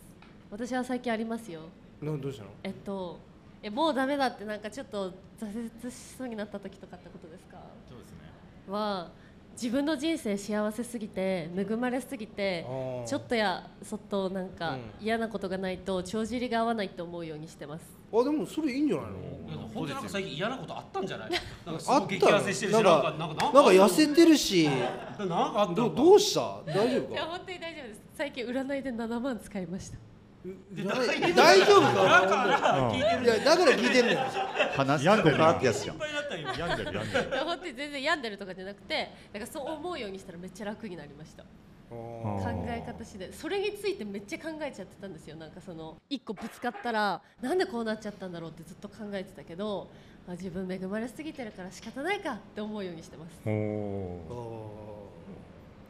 [SPEAKER 1] 私は最近ありますよ
[SPEAKER 3] などうしたの
[SPEAKER 1] えっとえもうダメだってなんかちょっと挫折しそうになった時とかってことですか
[SPEAKER 5] そうですね
[SPEAKER 1] は自分の人生幸せすぎて恵まれすぎて
[SPEAKER 3] あー
[SPEAKER 1] ちょっとやそっとなんか
[SPEAKER 3] う
[SPEAKER 1] 嫌なことがないと帳尻が合わないと思うようにしてます。
[SPEAKER 3] あでもそれいいんじゃないの
[SPEAKER 4] いや本当なんか最近嫌なことあったんじゃないなんかす
[SPEAKER 3] あ
[SPEAKER 4] ご
[SPEAKER 3] っ
[SPEAKER 4] い激
[SPEAKER 3] たの
[SPEAKER 4] 痩せしてるし
[SPEAKER 3] な
[SPEAKER 4] なんん
[SPEAKER 3] か
[SPEAKER 4] か
[SPEAKER 3] な
[SPEAKER 4] なんん
[SPEAKER 3] か
[SPEAKER 4] か
[SPEAKER 3] 痩せてるし
[SPEAKER 4] なんかあった
[SPEAKER 3] ど
[SPEAKER 4] の
[SPEAKER 3] う
[SPEAKER 4] か
[SPEAKER 3] どうした大丈夫
[SPEAKER 1] いや
[SPEAKER 3] か
[SPEAKER 1] 本当に大丈夫です。最近占いで7万使いました。
[SPEAKER 3] 大大丈夫
[SPEAKER 4] だか
[SPEAKER 3] から
[SPEAKER 4] 聞いて
[SPEAKER 3] い
[SPEAKER 4] る
[SPEAKER 3] やだから聞いてんだよ
[SPEAKER 6] 話す
[SPEAKER 2] 病んでるな
[SPEAKER 6] かってやつじゃん
[SPEAKER 4] 心配だった 今
[SPEAKER 2] 病んでる病んでる。
[SPEAKER 1] いや本当に全然病んでるとかじゃなくて、なんかそう思うようにしたらめっちゃ楽になりました。
[SPEAKER 2] あ
[SPEAKER 1] 考
[SPEAKER 2] ー
[SPEAKER 1] え方次第それについてめっちゃ考えちゃってたんですよなんかその一個ぶつかったらなんでこうなっちゃったんだろうってずっと考えてたけどあ自分恵まれすぎてるから仕方ないかって思うようにしてます
[SPEAKER 2] お
[SPEAKER 3] あー
[SPEAKER 2] お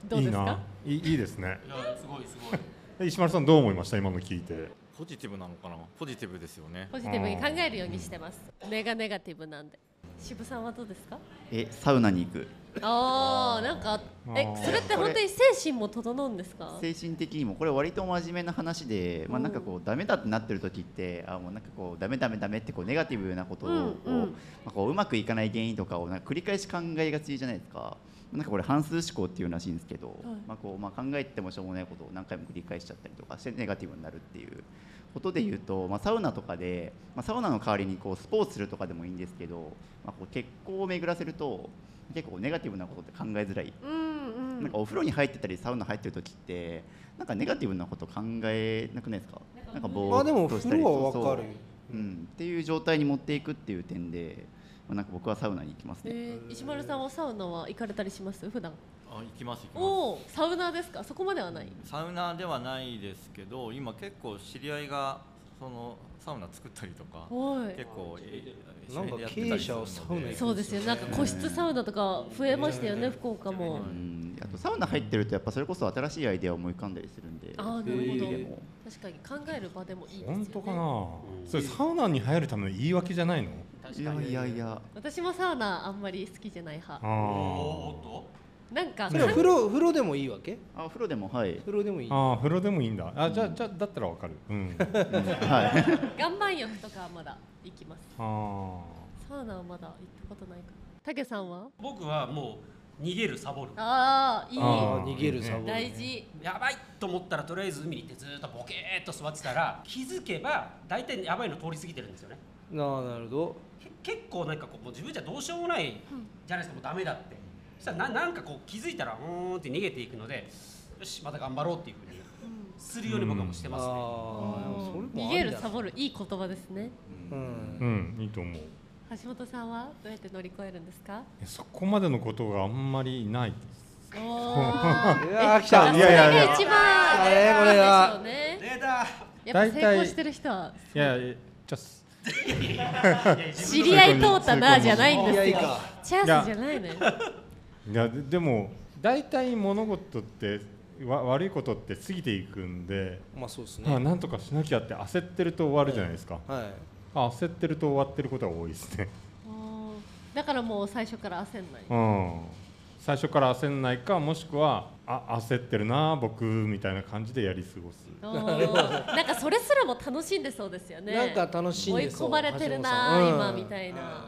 [SPEAKER 2] ー。
[SPEAKER 1] どうですか
[SPEAKER 2] いいな。いいいいですね。
[SPEAKER 4] いやすごいすごい
[SPEAKER 2] え石丸さんどう思いました今の聞いて。
[SPEAKER 5] ポジティブなのかなポジティブですよね
[SPEAKER 1] ポジティブに考えるようにしてますネガネガティブなんで渋さんはどうですか
[SPEAKER 6] えサウナに行く
[SPEAKER 1] あーなんかえ
[SPEAKER 2] あー
[SPEAKER 1] それって本当に精神も整うんですか
[SPEAKER 6] 精神的にもこれ割と真面目な話で、まあ、なんかこうダメだってなってる時ってあもうなんかこうダメダメダメってこうネガティブなことをこう,、
[SPEAKER 1] うんうん
[SPEAKER 6] まあ、こううまくいかない原因とかをなんか繰り返し考えがちじゃないですか。なんかこれ反数思考っていうらしいんですけど、まあこうまあ、考えてもしょうもないことを何回も繰り返しちゃったりとかしてネガティブになるっていうことで言うと、まあ、サウナとかで、まあ、サウナの代わりにこうスポーツするとかでもいいんですけど、まあ、こう血行を巡らせると結構ネガティブなことって考えづらい
[SPEAKER 1] うんうん
[SPEAKER 6] なんかお風呂に入ってたりサウナ入ってる時ってなんかネガティブなこと考えなくないですかなんかぼ
[SPEAKER 3] まあで
[SPEAKER 6] ー
[SPEAKER 3] も
[SPEAKER 6] っとし
[SPEAKER 3] 風
[SPEAKER 6] たり
[SPEAKER 3] 呂はわか
[SPEAKER 6] そう
[SPEAKER 3] る
[SPEAKER 6] そううん、っていう状態に持っていくっていう点で、まあ、なんか僕はサウナに行きますね、
[SPEAKER 1] えー、石丸さんはサウナは行かれたりします普段
[SPEAKER 5] あ行きます行きます
[SPEAKER 1] おおサウナーですかそこまではない
[SPEAKER 5] サウナではないですけど今結構知り合いがそのサウナ作ったりとか
[SPEAKER 1] はい
[SPEAKER 5] 結構え知り
[SPEAKER 3] な
[SPEAKER 5] 合
[SPEAKER 3] ん
[SPEAKER 5] い
[SPEAKER 3] か
[SPEAKER 5] でやって
[SPEAKER 3] 経
[SPEAKER 5] た
[SPEAKER 3] 営
[SPEAKER 5] りする
[SPEAKER 3] 者をサウナ
[SPEAKER 5] の
[SPEAKER 3] 行
[SPEAKER 5] で
[SPEAKER 3] く
[SPEAKER 1] そうですよ、なんか個室サウナとか増えましたよね、福岡も。
[SPEAKER 6] うん、あとサウナ入ってるとやっぱそれこそ新しいアイデアを思い浮かんだりするんで
[SPEAKER 1] あー
[SPEAKER 6] そういう意味
[SPEAKER 1] なるほど
[SPEAKER 6] でも
[SPEAKER 1] 確かに考える場でもいいですよね。
[SPEAKER 2] 本当かな。それサウナに入るための言い訳じゃないの？
[SPEAKER 6] いやいやいや
[SPEAKER 1] 私もサウナあんまり好きじゃない
[SPEAKER 2] あ
[SPEAKER 1] 派。
[SPEAKER 4] お
[SPEAKER 2] あ
[SPEAKER 4] ーおっと
[SPEAKER 1] なんか、
[SPEAKER 3] それは風呂風呂でもいいわけ
[SPEAKER 6] あお風呂でも はい、
[SPEAKER 3] 風呂でもいい
[SPEAKER 2] あー風呂でもいいんだ。あじゃあじゃあだったらわかる。うん。あ
[SPEAKER 6] うんはい、
[SPEAKER 1] 岩盤浴とかはまだ行きます。
[SPEAKER 2] あ。
[SPEAKER 1] サウナはまだ行ったことないかな。たけさんは。
[SPEAKER 4] 僕はもう逃げるサボる
[SPEAKER 1] ああ、
[SPEAKER 2] あ
[SPEAKER 3] あー逃げるサボ、
[SPEAKER 1] いい。大事。
[SPEAKER 4] やばいと思ったらとりあえず海に行ってずーっとボケーっと座ってたら気づけば大体やばいの通り過ぎてるんですよね
[SPEAKER 3] なあなるほど
[SPEAKER 4] け結構なんかこうもう自分じゃどうしようもないじゃないですかもうダメだってそしたらななんかこう気づいたらうーんって逃げていくのでよしまた頑張ろうっていうふうにするように僕はもうして
[SPEAKER 3] あ
[SPEAKER 4] ますね
[SPEAKER 3] ーそれもありだ
[SPEAKER 1] 逃
[SPEAKER 3] な
[SPEAKER 1] げるサボるいい言葉ですね。
[SPEAKER 3] う
[SPEAKER 2] うんんいいと思う。
[SPEAKER 1] 橋本さんはどうやって乗り越えるんですか。
[SPEAKER 2] えそこまでのことがあんまりない。
[SPEAKER 1] おお。
[SPEAKER 3] いやー来た
[SPEAKER 1] そ
[SPEAKER 2] い
[SPEAKER 1] れ
[SPEAKER 2] やいやい
[SPEAKER 1] が
[SPEAKER 2] や
[SPEAKER 1] 一番。
[SPEAKER 3] えーこれは
[SPEAKER 1] ですよね。
[SPEAKER 4] 出た
[SPEAKER 1] やっぱ成功してる人は。
[SPEAKER 2] いやいやじゃあ。
[SPEAKER 1] 知り合い通ったなじゃないん
[SPEAKER 3] いや
[SPEAKER 1] で
[SPEAKER 3] い
[SPEAKER 1] す
[SPEAKER 3] い
[SPEAKER 1] よ
[SPEAKER 3] か
[SPEAKER 1] チャンスじゃないのよ
[SPEAKER 2] いやででも大体物事ってわ悪いことって過ぎていくんで、
[SPEAKER 3] まあそうです
[SPEAKER 2] あ
[SPEAKER 3] ね
[SPEAKER 2] なんとかしなきゃって焦ってると終わるじゃないですか、
[SPEAKER 3] はい
[SPEAKER 2] あ焦ってると終わってることが多いです ね
[SPEAKER 1] おーだからもう最初から焦んない
[SPEAKER 2] うん最初から焦んないかもしくはあ焦ってるな僕みたいな感じでやり過ごす
[SPEAKER 1] おーなんかそれすらも楽しんでそうですよね
[SPEAKER 3] なんか楽しん
[SPEAKER 1] 追い
[SPEAKER 3] でそう
[SPEAKER 1] 込まれてるな、今みたいな、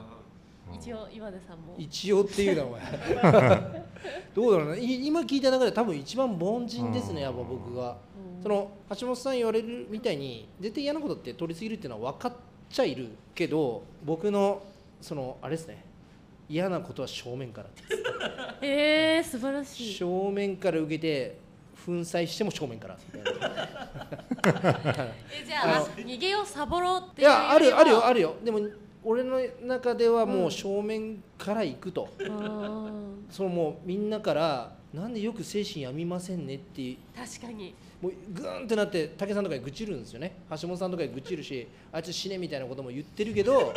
[SPEAKER 1] 一応岩出さんも
[SPEAKER 3] 一応っていうなお前どうだろうない今聞いた中で多分一番凡人ですねやっぱ僕が
[SPEAKER 1] うん
[SPEAKER 3] その橋本さん言われるみたいに絶対嫌なことって取り過ぎるっていうのは分かっちゃいるけど僕のそのあれですね嫌なことは正面から
[SPEAKER 1] えー、素晴らしい
[SPEAKER 3] 正面から受けて粉砕しても正面 からみたいな
[SPEAKER 1] えじゃ
[SPEAKER 3] あ
[SPEAKER 1] あ
[SPEAKER 3] の
[SPEAKER 1] 逃げようサボろうって
[SPEAKER 3] い
[SPEAKER 1] いう
[SPEAKER 3] やあるあるよあ
[SPEAKER 1] る
[SPEAKER 3] るよでも俺の中ではもう正面から行くと、そのもうみんなから「なんでよく精神病みませんね」って
[SPEAKER 1] 確かに
[SPEAKER 3] もうグーンってなって武さんとかに愚痴るんですよね橋本さんとかに愚痴るしあいつ死ねみたいなことも言ってるけど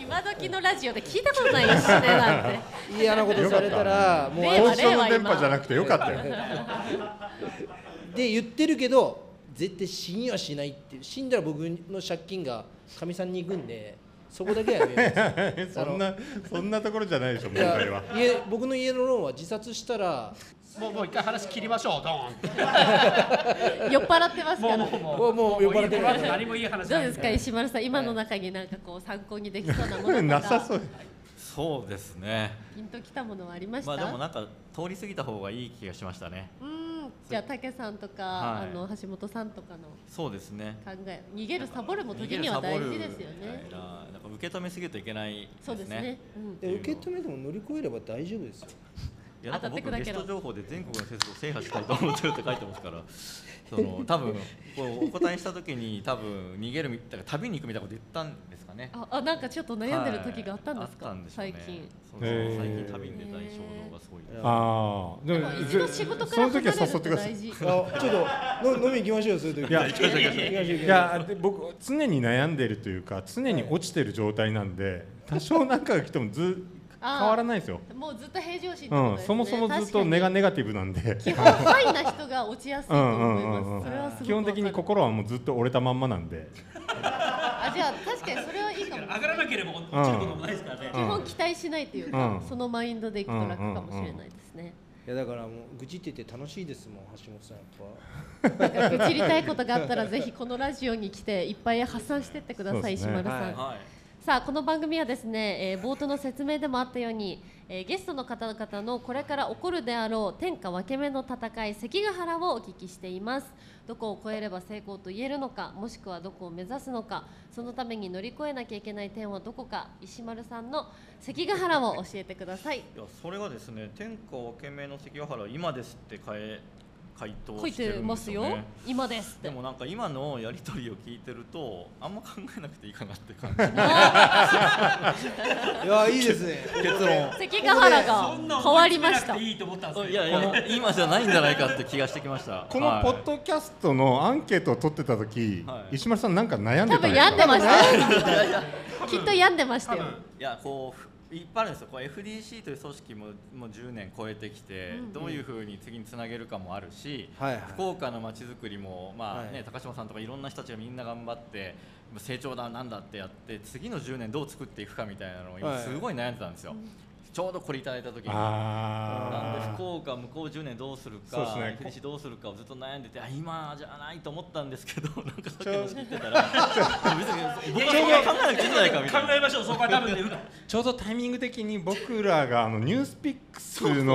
[SPEAKER 1] 今時のラジオで聞いたことないですねなんて
[SPEAKER 3] 嫌なことされたらもうあ
[SPEAKER 1] 令
[SPEAKER 3] れ
[SPEAKER 1] 和
[SPEAKER 2] 交渉の電波じゃなくてよかったよ
[SPEAKER 3] で言ってるけど絶対死にはしないっていう死んだら僕の借金がかみさんに行くんでそこだけはやめよ う
[SPEAKER 2] そんなそんなところじゃないでしょ問
[SPEAKER 3] いや
[SPEAKER 2] 題は
[SPEAKER 3] 家僕の家のローンは自殺したら
[SPEAKER 4] もうもう一回話切りましょうドーンって
[SPEAKER 1] 酔っ払ってます
[SPEAKER 4] も
[SPEAKER 1] か
[SPEAKER 4] う
[SPEAKER 1] ら
[SPEAKER 4] もうもう
[SPEAKER 3] もうもう呼ばれてる
[SPEAKER 4] もういいもう何もいい話
[SPEAKER 1] どう
[SPEAKER 4] ない
[SPEAKER 1] ですか石丸さん今の中になんかこう参考にできそうなものとか
[SPEAKER 2] なさそう
[SPEAKER 5] そうですね
[SPEAKER 1] ピンときたものはありました、
[SPEAKER 5] まあでもなんか通り過ぎた方がいい気がしましたね
[SPEAKER 1] うんじゃあ武さんとか、
[SPEAKER 5] はい
[SPEAKER 1] あの橋本さんとかの
[SPEAKER 5] そうですね
[SPEAKER 1] 考え逃げるサボるも時には大事ですよね
[SPEAKER 5] なんか受け止めすぎるといけない
[SPEAKER 1] そうですねうん
[SPEAKER 3] で受け止めても乗り越えれば大丈夫 ですよ
[SPEAKER 5] いやなんか
[SPEAKER 1] 当たって
[SPEAKER 5] 僕
[SPEAKER 1] 砕
[SPEAKER 5] ゲ
[SPEAKER 1] け
[SPEAKER 5] ス
[SPEAKER 1] ろ
[SPEAKER 5] ト情報で全国のフェスを制覇したいと思ってるって書いてま すからその多分こうお答えした時に多分逃げるみたいな旅に行くみたいなこと言ったんですかね
[SPEAKER 1] ああなんかちょっと悩んでる時があったんですか、
[SPEAKER 5] はいあったんでしょう
[SPEAKER 1] 最
[SPEAKER 5] ね
[SPEAKER 1] 近
[SPEAKER 5] そうそう
[SPEAKER 2] へー
[SPEAKER 5] 最近旅に出たい衝動がすごいです
[SPEAKER 2] ああで
[SPEAKER 1] でも一度仕事から
[SPEAKER 2] その時
[SPEAKER 1] 離
[SPEAKER 2] は
[SPEAKER 1] れ
[SPEAKER 2] 誘
[SPEAKER 1] るって
[SPEAKER 2] ってください
[SPEAKER 1] 大事
[SPEAKER 3] あちょっとの飲み行きましょうよそういう時
[SPEAKER 2] いや
[SPEAKER 3] 行きましょう行きましょう
[SPEAKER 2] いやで僕常に悩んでるというか常に落ちてる状態なんで多少何かが来てもず
[SPEAKER 1] あー
[SPEAKER 2] 変わらないですよ、
[SPEAKER 1] もうずっと平常心ってこ
[SPEAKER 2] う
[SPEAKER 1] とで
[SPEAKER 2] ん、
[SPEAKER 1] すね
[SPEAKER 2] そもそもずっと根がネガティブなんで
[SPEAKER 1] 確かに基本ファイな人が落ちやすいと思います、
[SPEAKER 2] うんうんうんうん
[SPEAKER 1] それはすごくわかる
[SPEAKER 2] 基本的に心はもうずっと折れたまんまなんで
[SPEAKER 1] あじゃあ確かにそれはいいかも
[SPEAKER 4] 上がらなければ落ちることもないですからね、
[SPEAKER 1] 基本期待しないというか、
[SPEAKER 2] うん
[SPEAKER 1] そのマインドでいくと楽かもしれないですね、
[SPEAKER 3] いやだからもう愚痴ってて楽しいですもん橋本さんや
[SPEAKER 1] な
[SPEAKER 3] っ
[SPEAKER 1] んか愚痴りたいことがあったらぜひこのラジオに来ていっぱい発散してってください、
[SPEAKER 2] そうで
[SPEAKER 1] 石
[SPEAKER 2] すね
[SPEAKER 1] 丸さん、
[SPEAKER 3] はい
[SPEAKER 5] はい
[SPEAKER 1] さあこの番組はですね、えー冒頭の説明でもあったように、えーゲストの方々のこれから起こるであろう天下分け目の戦い関ヶ原をお聞きしていますどこを越えれば成功と言えるのかもしくはどこを目指すのかそのために乗り越えなきゃいけない点はどこか石丸さんの関ヶ原を教えてください
[SPEAKER 5] いやそれがですね天下分け目の関ヶ原今ですって変え回答
[SPEAKER 1] 書い
[SPEAKER 5] して
[SPEAKER 1] て
[SPEAKER 5] るん
[SPEAKER 1] ま
[SPEAKER 5] ですす
[SPEAKER 1] よ
[SPEAKER 5] よね
[SPEAKER 1] 今ですって
[SPEAKER 5] でもなんか今のやり取りを聞いてるとあんま考えなくていいかなって感じ
[SPEAKER 3] ぱいやいいですね
[SPEAKER 5] 結論
[SPEAKER 1] 関ヶ原
[SPEAKER 4] そ
[SPEAKER 1] が
[SPEAKER 4] んな
[SPEAKER 1] 変わりました
[SPEAKER 4] 落ち着けなくていいと思ったんです
[SPEAKER 5] い
[SPEAKER 4] けど
[SPEAKER 5] やい や今じゃないんじゃないかって気がしてきました
[SPEAKER 2] このポッドキャストのアンケートを取ってた時、
[SPEAKER 5] はい
[SPEAKER 2] 石丸さんなんか悩んで
[SPEAKER 1] 多
[SPEAKER 2] た
[SPEAKER 1] 分
[SPEAKER 2] よ
[SPEAKER 1] 病んでましたよ
[SPEAKER 5] ド、はいいやいや
[SPEAKER 1] きっと病んでました
[SPEAKER 4] 多
[SPEAKER 1] よ
[SPEAKER 4] 分
[SPEAKER 5] いやこうふいっぱいあるんですよこう FDC という組織ももう10年超えてきて、どういうふうに次につなげるかもあるし、
[SPEAKER 3] はいはい
[SPEAKER 5] 福岡のまちづくりも、まあね
[SPEAKER 3] はい
[SPEAKER 5] 高島さんとかいろんな人たちがみんな頑張って成長だなんだってやって次の10年どう作っていくかみたいなのを
[SPEAKER 3] は
[SPEAKER 5] 今
[SPEAKER 3] い
[SPEAKER 5] すごい悩んでたんですよ、ちょうどこれいただいた時に。なんで
[SPEAKER 2] あ
[SPEAKER 5] 福岡向こう10年どうする
[SPEAKER 2] そうです
[SPEAKER 5] か、
[SPEAKER 2] ね
[SPEAKER 5] FDC どうするかをずっと悩んでてあ今じゃないと思ったんですけど なんかさっきの聞いてたら別に僕はそんな考えなくていいんじゃないかみたいな
[SPEAKER 4] 考えましょうそこは多分ね
[SPEAKER 2] ちょうどタイミング的に僕らがあのニュースピックスの
[SPEAKER 5] そうそうそう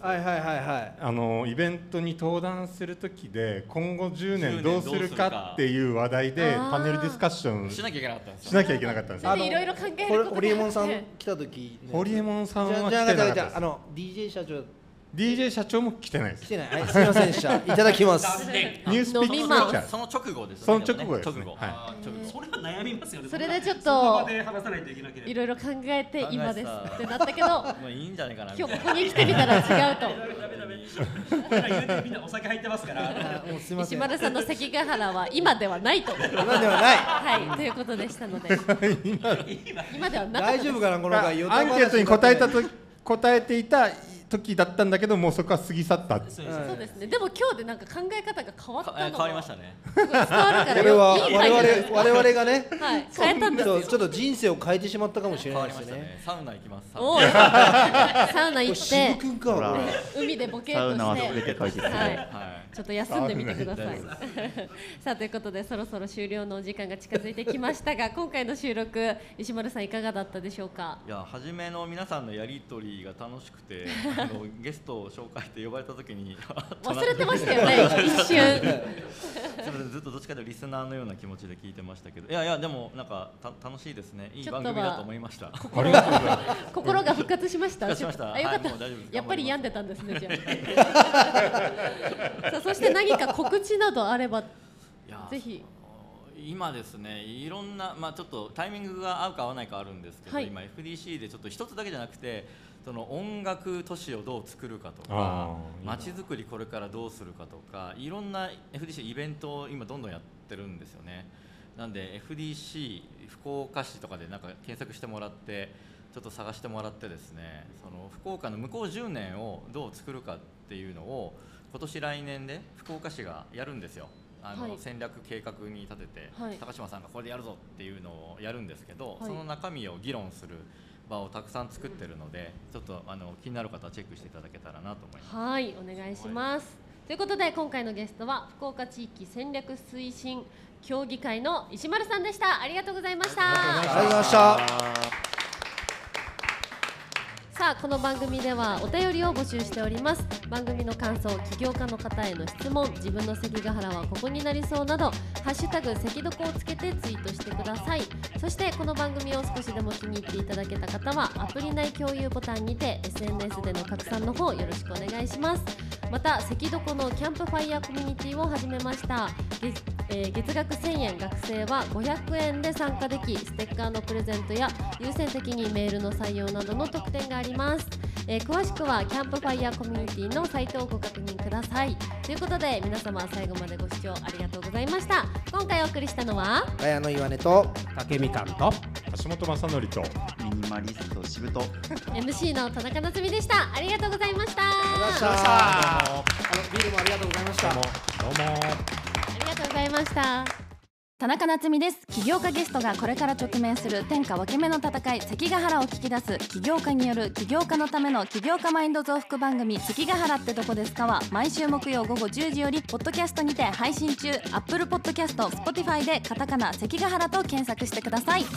[SPEAKER 5] そう
[SPEAKER 3] はいはいはいはい
[SPEAKER 2] あのイベントに登壇する時で今後10
[SPEAKER 5] 10年
[SPEAKER 2] 年
[SPEAKER 5] ど
[SPEAKER 2] ど
[SPEAKER 5] う
[SPEAKER 2] う
[SPEAKER 5] す
[SPEAKER 2] す
[SPEAKER 5] る
[SPEAKER 2] る
[SPEAKER 5] か
[SPEAKER 2] かっていう話題で
[SPEAKER 1] あー
[SPEAKER 2] パネルディスカッション
[SPEAKER 5] しなきゃいけなかったんです
[SPEAKER 2] し
[SPEAKER 5] よ
[SPEAKER 2] なきゃいけなかったんです
[SPEAKER 1] そ
[SPEAKER 2] よ
[SPEAKER 1] れでいろいろ考えることが
[SPEAKER 3] ほれ
[SPEAKER 1] あって
[SPEAKER 3] ホリエモンさん来た時ね
[SPEAKER 2] ホリエモンさん
[SPEAKER 3] じゃ
[SPEAKER 2] は
[SPEAKER 3] じ
[SPEAKER 2] 来
[SPEAKER 3] ゃ
[SPEAKER 2] てなか
[SPEAKER 3] あ
[SPEAKER 2] っ
[SPEAKER 3] じ
[SPEAKER 2] た
[SPEAKER 3] ゃああ
[SPEAKER 2] です
[SPEAKER 3] の DJ 社長
[SPEAKER 2] DJ 社長も来てないです
[SPEAKER 3] 来てないはいすみませんでしたいただきま す
[SPEAKER 4] 残念
[SPEAKER 2] ニュースピック
[SPEAKER 1] 飲み
[SPEAKER 2] ス
[SPEAKER 1] ま
[SPEAKER 2] レクチャー
[SPEAKER 5] その直後ですね
[SPEAKER 2] その直後です
[SPEAKER 5] で
[SPEAKER 2] ね
[SPEAKER 5] も
[SPEAKER 2] は
[SPEAKER 5] 直後
[SPEAKER 2] い
[SPEAKER 4] あーちょっとそれは悩みますよね
[SPEAKER 1] それでちょっと
[SPEAKER 4] その場で話さないといけなければ
[SPEAKER 1] いろいろ考えて
[SPEAKER 5] 考えてた
[SPEAKER 1] 今ですってなった けど
[SPEAKER 5] まあいいんじゃないかなみた
[SPEAKER 1] 今
[SPEAKER 5] い
[SPEAKER 1] 日
[SPEAKER 5] な
[SPEAKER 1] ここに来てみたら違う と
[SPEAKER 4] ダメダメ僕ら言うてみんなお酒入ってますから
[SPEAKER 3] あもうすみませ
[SPEAKER 1] 石
[SPEAKER 3] ん今
[SPEAKER 1] 丸さんの関ヶ原は今ではないと
[SPEAKER 3] ではない
[SPEAKER 1] はいということでしたので今ではなかった
[SPEAKER 3] 大
[SPEAKER 1] です
[SPEAKER 3] 丈夫かなこの
[SPEAKER 2] あ
[SPEAKER 3] が
[SPEAKER 2] アンケートに答えたと答えていた時だったんだけどもうそこは過ぎ去ったって
[SPEAKER 4] そうです
[SPEAKER 1] そうですねでも今日でなんか考え方が変わった
[SPEAKER 5] か
[SPEAKER 1] の
[SPEAKER 5] え
[SPEAKER 1] が
[SPEAKER 5] 変わりましたね
[SPEAKER 1] すごい伝わるから
[SPEAKER 3] これは
[SPEAKER 1] よいい
[SPEAKER 3] 我
[SPEAKER 1] 回
[SPEAKER 3] 々
[SPEAKER 1] です
[SPEAKER 3] 我々がね
[SPEAKER 1] はい変えたんです
[SPEAKER 3] そ
[SPEAKER 1] よ
[SPEAKER 3] うちょっと人生を変えてしまったかもしれ
[SPEAKER 5] 変
[SPEAKER 3] な
[SPEAKER 5] わ
[SPEAKER 3] い
[SPEAKER 5] り
[SPEAKER 3] で
[SPEAKER 5] ますした
[SPEAKER 3] ね
[SPEAKER 5] ねサウナ行きますサウナ
[SPEAKER 1] おいサウナ
[SPEAKER 3] これ
[SPEAKER 1] 行っ
[SPEAKER 3] 渋
[SPEAKER 1] て
[SPEAKER 3] 君か
[SPEAKER 6] ほら
[SPEAKER 3] これ
[SPEAKER 1] 海でボケっ
[SPEAKER 6] サ
[SPEAKER 1] と
[SPEAKER 6] ウナは
[SPEAKER 1] し
[SPEAKER 6] 全
[SPEAKER 1] て
[SPEAKER 6] て解決する、
[SPEAKER 1] はい
[SPEAKER 5] は
[SPEAKER 1] ちょっと休んでみてください
[SPEAKER 5] 危な。
[SPEAKER 1] さあということでそろそろ終了のお時間が近づいてきました が今回の収録石丸さんいかがだったでしょうか。
[SPEAKER 5] いいや初めの皆さんのやり取りが楽しくてあのゲストを紹介って呼ばれた時に
[SPEAKER 1] 忘れてましたよね一瞬
[SPEAKER 5] すいませんずっとどっちかというとリスナーのような気持ちで聞いてましたけどいやいやでもなんかた楽しいですねいい番組だと思いました。
[SPEAKER 2] ありがとうございます
[SPEAKER 1] 心が復活しました
[SPEAKER 5] 復活しました
[SPEAKER 1] あよかった、
[SPEAKER 5] はいもう大丈夫です
[SPEAKER 1] やっぱり病んでたんですねじゃあ さあそして何か告知などあれば
[SPEAKER 5] いや
[SPEAKER 1] ぜひ
[SPEAKER 5] その今ですねいろんな、まあ、ちょっとタイミングが合うか合わないかあるんですけど、
[SPEAKER 1] はい
[SPEAKER 5] 今 FDC でちょっと一つだけじゃなくてその音楽都市をどう作るかと
[SPEAKER 2] あ
[SPEAKER 5] か
[SPEAKER 2] ーいいな
[SPEAKER 5] 街づくりこれからどうするかとかいろんな FDC イベントを今どんどんやってるんですよねなんで FDC 福岡市とかでなんか検索してもらってちょっと探してもらってですねその福岡の向こう10年をどう作るかっていうのを今年来年で福岡市がやるんですよあの、
[SPEAKER 1] はい
[SPEAKER 5] 戦略計画に立てて、
[SPEAKER 1] はい
[SPEAKER 5] 高島さんがこれでやるぞっていうのをやるんですけど、
[SPEAKER 1] はい
[SPEAKER 5] その中身を議論する場をたくさん作ってるのでちょっとあの気になる方はチェックしていただけたらなと思います。
[SPEAKER 1] はいお願いします、ということで今回のゲストは福岡地域戦略推進協議会の石丸さんでしたありがとうございました
[SPEAKER 3] ありがとうございました。
[SPEAKER 1] さあこの番組ではお便りを募集しております番組の感想起業家の方への質問自分の関ヶ原はここになりそうなど「ハッシュタグ関どこ」をつけてツイートしてくださいそしてこの番組を少しでも気に入っていただけた方はアプリ内共有ボタンにて SNS での拡散の方よろしくお願いしますまた関どこのキャンプファイヤーコミュニティを始めました月,、えー月額1000円学生は500円で参加できステッカーのプレゼントや優先的にメールの採用などの特典があります、えー詳しくはキャンプファイヤーコミュニティのサイトをご確認くださいということで皆様最後までご視聴ありがとうございました今回お送りしたのは
[SPEAKER 3] ガヤの岩根と
[SPEAKER 4] 竹みかんと
[SPEAKER 2] 橋本正則と
[SPEAKER 6] ミニマリストしぶと
[SPEAKER 1] MC の田中夏実でしたありがとうございました
[SPEAKER 3] あのビールもありがとうございました。
[SPEAKER 2] どうも
[SPEAKER 1] ありがとうございました
[SPEAKER 7] 田中夏実です起業家ゲストがこれから直面する天下分け目の戦い関ヶ原を聞き出す起業家による起業家のための起業家マインド増幅番組関ヶ原ってどこですかは毎週木曜午後10時よりポッドキャストにて配信中 Apple Podcast Spotify でカタカナ関ヶ原と検索してください